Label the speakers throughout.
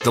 Speaker 1: The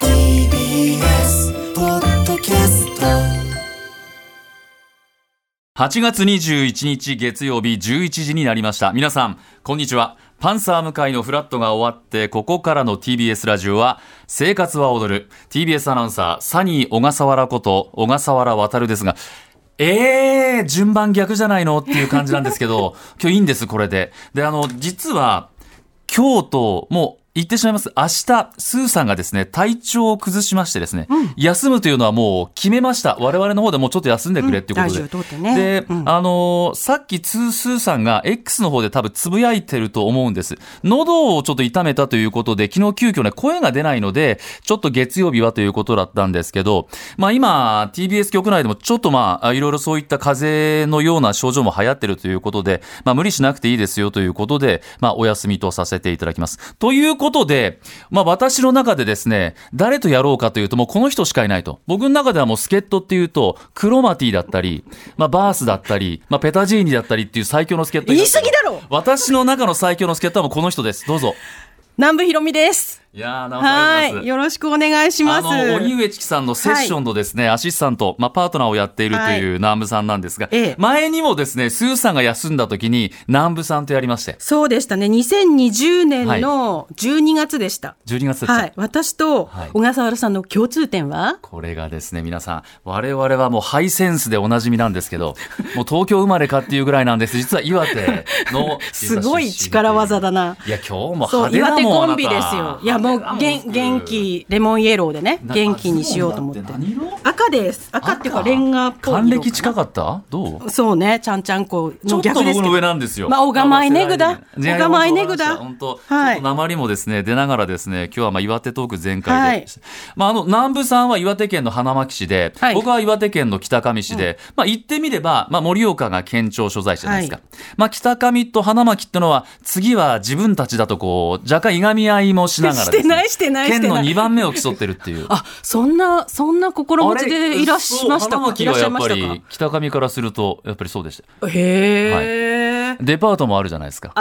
Speaker 2: TBS ポッドキャスト
Speaker 3: 8月21日月曜日11時になりました皆さんこんにちはパンサー向井のフラットが終わってここからの TBS ラジオは生活は踊る TBS アナウンサーサニー小笠原こと小笠原渉ですがえー、順番逆じゃないのっていう感じなんですけど今日いいんですこれでであの実は京都もう言ってしまいます。明日、スーさんがですね、体調を崩しましてですね、休むというのはもう決めました。我々の方でもうちょっと休んでくれっていうことで。
Speaker 4: うんラジオ通ってね
Speaker 3: で、あのーさっきツースーさんが X の方で多分つぶやいてると思うんです。喉をちょっと痛めたということで、昨日急遽ね、声が出ないので、ちょっと月曜日はということだったんですけど、まあ今、TBS 局内でもちょっとまあ、いろいろそういった風邪のような症状も流行ってるということで、まあ無理しなくていいですよということで、まあお休みとさせていただきます。ということで、まあ私の中でですね、誰とやろうかというともうこの人しかいないと。僕の中ではもう助っ人っていうと、クロマティだったり、まあバースだったり、まあペタジーニだったりっていう最強の助っ人いますけど
Speaker 4: 言い過ぎだろ
Speaker 3: 私の中の最強の助っ人はもうこの人です。どうぞ。
Speaker 4: 南部ひろみです。
Speaker 3: いやー、な
Speaker 4: はーい、よろしくお願いします。
Speaker 3: あの鬼上知紀さんのセッションのですね、アシスタント、まあ、パートナーをやっていると
Speaker 4: はい
Speaker 3: いう南部さんなんですが、
Speaker 4: ええ
Speaker 3: 前にもですねスーさんが休んだ時に南部さんとやりまして
Speaker 4: そうでしたね。2020年の12月でした。
Speaker 3: 12月でした、
Speaker 4: はい、私と
Speaker 3: はい
Speaker 4: 小笠原さんの共通点は、
Speaker 3: これがですね皆さん我々はもうハイセンスでおなじみなんですけど もう東京生まれかっていうぐらいなんです実は岩手の
Speaker 4: すごい力技だない
Speaker 3: や今日も
Speaker 4: そう
Speaker 3: 派手
Speaker 4: 岩
Speaker 3: な
Speaker 4: 手
Speaker 3: もん
Speaker 4: コンビです
Speaker 3: あな
Speaker 4: よ
Speaker 3: た。
Speaker 4: いやもう
Speaker 3: 派手
Speaker 4: げ
Speaker 3: だも
Speaker 4: ん
Speaker 3: ん
Speaker 4: 元気レモンイエローでね
Speaker 3: な
Speaker 4: 元気にしようと思って
Speaker 3: そうだ何色
Speaker 4: 赤です赤っていうかレンガっぽい
Speaker 3: 還暦
Speaker 4: い
Speaker 3: 近かったどう
Speaker 4: そうねちゃんちゃんこ
Speaker 3: ちょ
Speaker 4: の
Speaker 3: っと
Speaker 4: 逆です
Speaker 3: 僕
Speaker 4: け
Speaker 3: の
Speaker 4: ど
Speaker 3: 上なんですよ。
Speaker 4: まあ小釜井ねぐだ
Speaker 3: いやいや
Speaker 4: 小釜井ねぐだ
Speaker 3: 本当、
Speaker 4: はい
Speaker 3: ちょっと鉛もですね、出ながらですね、今日はまあ岩手トーク全開で。
Speaker 4: はい
Speaker 3: まああの、南部さんは岩手県の花巻市で、
Speaker 4: はい
Speaker 3: 僕は岩手県の北上市で、まあ言ってみれば、まあ盛岡が県庁所在地じゃないですか。
Speaker 4: は
Speaker 3: まあ北上と花巻ってのは、次は自分たちだとこう、若干いがみ合いもしながらですね、
Speaker 4: してないしてないしてない
Speaker 3: 県の2番目を競ってるっていう。
Speaker 4: あそんなそんな心持ちでいらっしゃいました
Speaker 3: あれそう花
Speaker 4: かいらっ
Speaker 3: 巻は
Speaker 4: しゃ
Speaker 3: や
Speaker 4: い
Speaker 3: っ
Speaker 4: ま
Speaker 3: ぱ
Speaker 4: し
Speaker 3: り北上からするとやっぱりそうでした
Speaker 4: たかへえ、
Speaker 3: デパートもあるじゃないですか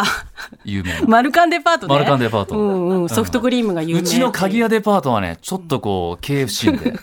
Speaker 3: 有名な
Speaker 4: マルカンデパートね
Speaker 3: マルカンデパート
Speaker 4: うんうん、ソフトクリームが有名
Speaker 3: うちの鍵屋デパートはね、ちょっとこう、経営不振 で、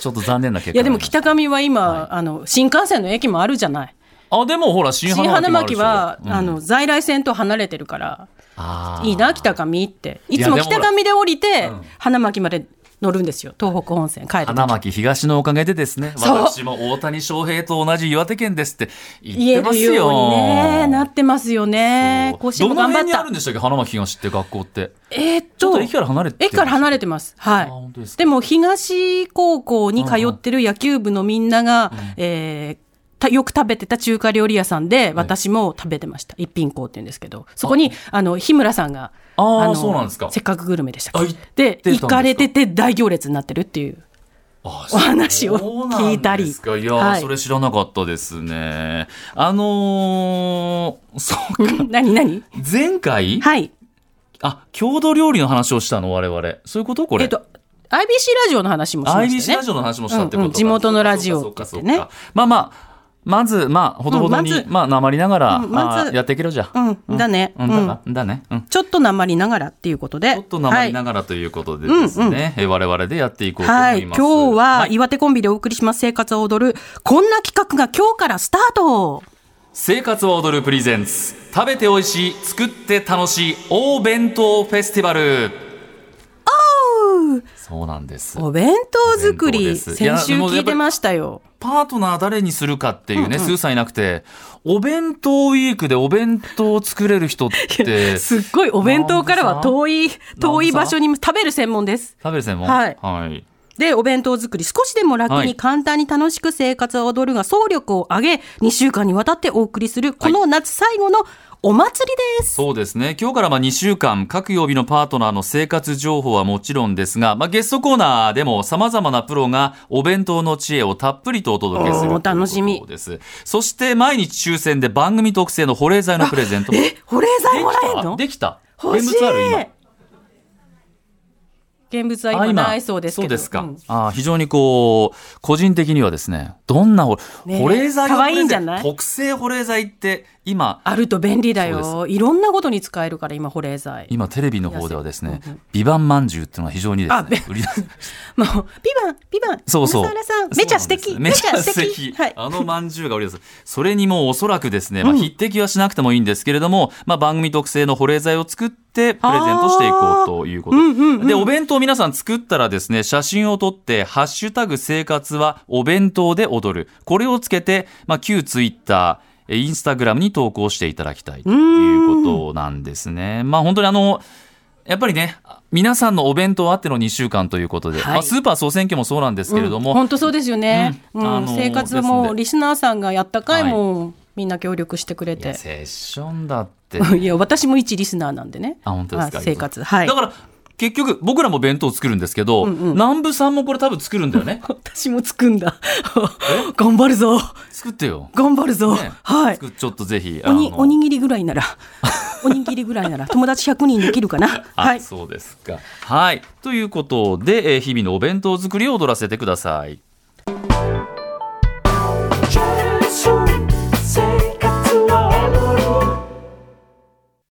Speaker 3: ちょっと残念な結果
Speaker 4: いやでも
Speaker 3: た
Speaker 4: 北上は今、あの新幹線の駅もあるじゃない
Speaker 3: あ、でもほら、新
Speaker 4: 新
Speaker 3: 花
Speaker 4: 花
Speaker 3: 巻
Speaker 4: 巻
Speaker 3: もある
Speaker 4: は、
Speaker 3: でしょ
Speaker 4: あ、の在来線と離れてるから
Speaker 3: あー
Speaker 4: いいな北上っていつ
Speaker 3: いや
Speaker 4: も
Speaker 3: でもほら
Speaker 4: 北上で降りて、花巻まで乗るんですよ東北本線帰る
Speaker 3: 花
Speaker 4: と
Speaker 3: 巻東のおかげでですね、
Speaker 4: そう
Speaker 3: 私も大谷翔平と同じ岩手県ですって
Speaker 4: 言
Speaker 3: 言
Speaker 4: え
Speaker 3: ってま
Speaker 4: る
Speaker 3: すよ。
Speaker 4: ように、ね、なってますよね
Speaker 3: そ
Speaker 4: 甲
Speaker 3: う
Speaker 4: 子園
Speaker 3: ど
Speaker 4: も
Speaker 3: の
Speaker 4: 頑張
Speaker 3: 辺
Speaker 4: っ
Speaker 3: にある
Speaker 4: た
Speaker 3: んでしたっけ、花巻東って学校って。
Speaker 4: えーっ
Speaker 3: ちょっ
Speaker 4: と
Speaker 3: と駅から離れて
Speaker 4: 駅から離れ
Speaker 3: て
Speaker 4: てます。は
Speaker 3: あ本当です
Speaker 4: い。
Speaker 3: か
Speaker 4: でも、東高校に通ってる野球部のみんなが、えーたよく食べてた中華料理屋さんで、私も食べてました。一品校って言うんですけど、そこに、あの、日村さんが、
Speaker 3: あー
Speaker 4: の
Speaker 3: そうなんですか
Speaker 4: せっかくグルメでしたっ
Speaker 3: あ
Speaker 4: け
Speaker 3: 行って
Speaker 4: で
Speaker 3: たんですか
Speaker 4: 行かれてて大行列になってるっていう。
Speaker 3: お
Speaker 4: 話を聞いたり
Speaker 3: いや、
Speaker 4: はい
Speaker 3: それ知らなかったですね。あのー、そうか。
Speaker 4: 何何
Speaker 3: 前回、
Speaker 4: はい。
Speaker 3: あ、郷土料理の話をしたの、我々。そういうことこれ。
Speaker 4: えっと、IBC ラジオの話もしま
Speaker 3: IBC
Speaker 4: した
Speaker 3: ラ
Speaker 4: ね。
Speaker 3: ジオの話もしたってこと
Speaker 4: うん
Speaker 3: か、
Speaker 4: うん地元のラジオ
Speaker 3: そうかそう
Speaker 4: ってね
Speaker 3: かそうかまあまあ、まず、まあ、ほどほどに、
Speaker 4: うんまず
Speaker 3: まあ、なまりながら、
Speaker 4: うんまず
Speaker 3: あやっていけるじゃん。
Speaker 4: うん、だね。
Speaker 3: う、
Speaker 4: うん
Speaker 3: だ
Speaker 4: ん。
Speaker 3: なだね。うん。
Speaker 4: ちょっとなまりながらっていうことで。
Speaker 3: ちょっとなまり
Speaker 4: はい
Speaker 3: ながらということでですね、え我々でやっていこうと思
Speaker 4: はいい、
Speaker 3: ま
Speaker 4: 今
Speaker 3: す。
Speaker 4: 日は岩手コンビでお送りします生活を踊るこんな企画が今日からスタート
Speaker 3: 生活を踊るプレゼンツ、食べて美味しい、作って楽しい、大弁当フェスティバル。そうなんです。
Speaker 4: お弁当作
Speaker 3: お弁
Speaker 4: り
Speaker 3: 当ですいや
Speaker 4: 先週
Speaker 3: もうやっ
Speaker 4: 聞い
Speaker 3: ぱり
Speaker 4: てましたよ
Speaker 3: パートナー誰にするかっていうね、スーさんいなくて、お弁当ウィークでお弁当を作れる人って、
Speaker 4: すっごいお弁当からは遠い
Speaker 3: なん
Speaker 4: 遠
Speaker 3: で
Speaker 4: い
Speaker 3: さ
Speaker 4: 場所に食べる専門です
Speaker 3: 食べる専門
Speaker 4: はい
Speaker 3: はい。
Speaker 4: でお弁当作り少しでも楽
Speaker 3: はい
Speaker 4: に簡単に楽しく生活を踊るが総力を上げ2週間にわたってお送りするこの夏最後のお祭りです。
Speaker 3: そうですね。今日からまあ2週間、各曜日のパートナーの生活情報はもちろんですが、まあ、ゲストコーナーでも様々なプロがお弁当の知恵をたっぷりとお届けする
Speaker 4: おー楽しみ
Speaker 3: ということです。そして毎日抽選で番組特製の保冷剤のプレゼントも。で
Speaker 4: え、保冷剤もらえ
Speaker 3: きた
Speaker 4: るの
Speaker 3: できた
Speaker 4: 欲しい
Speaker 3: 現物ある今。
Speaker 4: 現物は
Speaker 3: あ
Speaker 4: 今ないそうですけど。
Speaker 3: そうですか。
Speaker 4: ん
Speaker 3: ああ非常にこう、個人的にはですね、どんな保
Speaker 4: ねえ
Speaker 3: 保冷剤を
Speaker 4: 可愛いんじゃない
Speaker 3: 特製保冷剤って今、
Speaker 4: あると便利だ
Speaker 3: そ
Speaker 4: よ。いろんなことに使えるから、今、保冷剤。
Speaker 3: 今テレビの方ではですね
Speaker 4: 安いうん、
Speaker 3: 美版まんじゅうっていうのが非常にです
Speaker 4: あべ
Speaker 3: ね、売り出
Speaker 4: もう、ピバン、ピバン、
Speaker 3: そうそう
Speaker 4: 小笠原さん、めちゃ素敵。
Speaker 3: そうなんですねめちゃ素敵。
Speaker 4: はい。
Speaker 3: あのまんじゅうが売りです。それにもうおそらくですね、まあ、匹敵はしなくてもいいんですけれども、まあ、番組特製の保冷剤を作ってプレゼントしていこうということ。
Speaker 4: うんうんうん
Speaker 3: で、お弁当皆さん作ったらですね、写真を撮って、ハッシュタグ生活はお弁当で踊る。これをつけて、まあ、旧ツイッター、えインスタグラムに投稿していただきたいということなんですね。まあ本当にあの、やっぱりね、皆さんのお弁当あっての2週間ということで、
Speaker 4: はい
Speaker 3: まあ、スーパー総選挙もそうなんですけれども、
Speaker 4: 本当そうですよね。
Speaker 3: うん
Speaker 4: うん
Speaker 3: あのー
Speaker 4: 生活
Speaker 3: です
Speaker 4: も
Speaker 3: んで
Speaker 4: リスナーさんがやったかいも、みんな協力してくれ
Speaker 3: いや
Speaker 4: て。
Speaker 3: セッションだって。
Speaker 4: いや、私も一リスナーなんでね。
Speaker 3: あ、本当ですか。
Speaker 4: はい生活。はい
Speaker 3: だ。から、結局、僕らも弁当作るんですけど、
Speaker 4: うんうん。
Speaker 3: 南部さんもこれ多分作るんだよね
Speaker 4: 私もつくんだ。 頑張るぞ。
Speaker 3: 作ってよ。
Speaker 4: 頑張るぞ。
Speaker 3: ね
Speaker 4: はい。
Speaker 3: 作っちょっとぜひ。
Speaker 4: おに
Speaker 3: あの
Speaker 4: おにぎりぐらいなら、 おにぎりぐらいなら、友達100人できるかな。
Speaker 3: あ、
Speaker 4: はい。
Speaker 3: そうですか。はい。ということで、えー日々のお弁当作りを踊らせてください。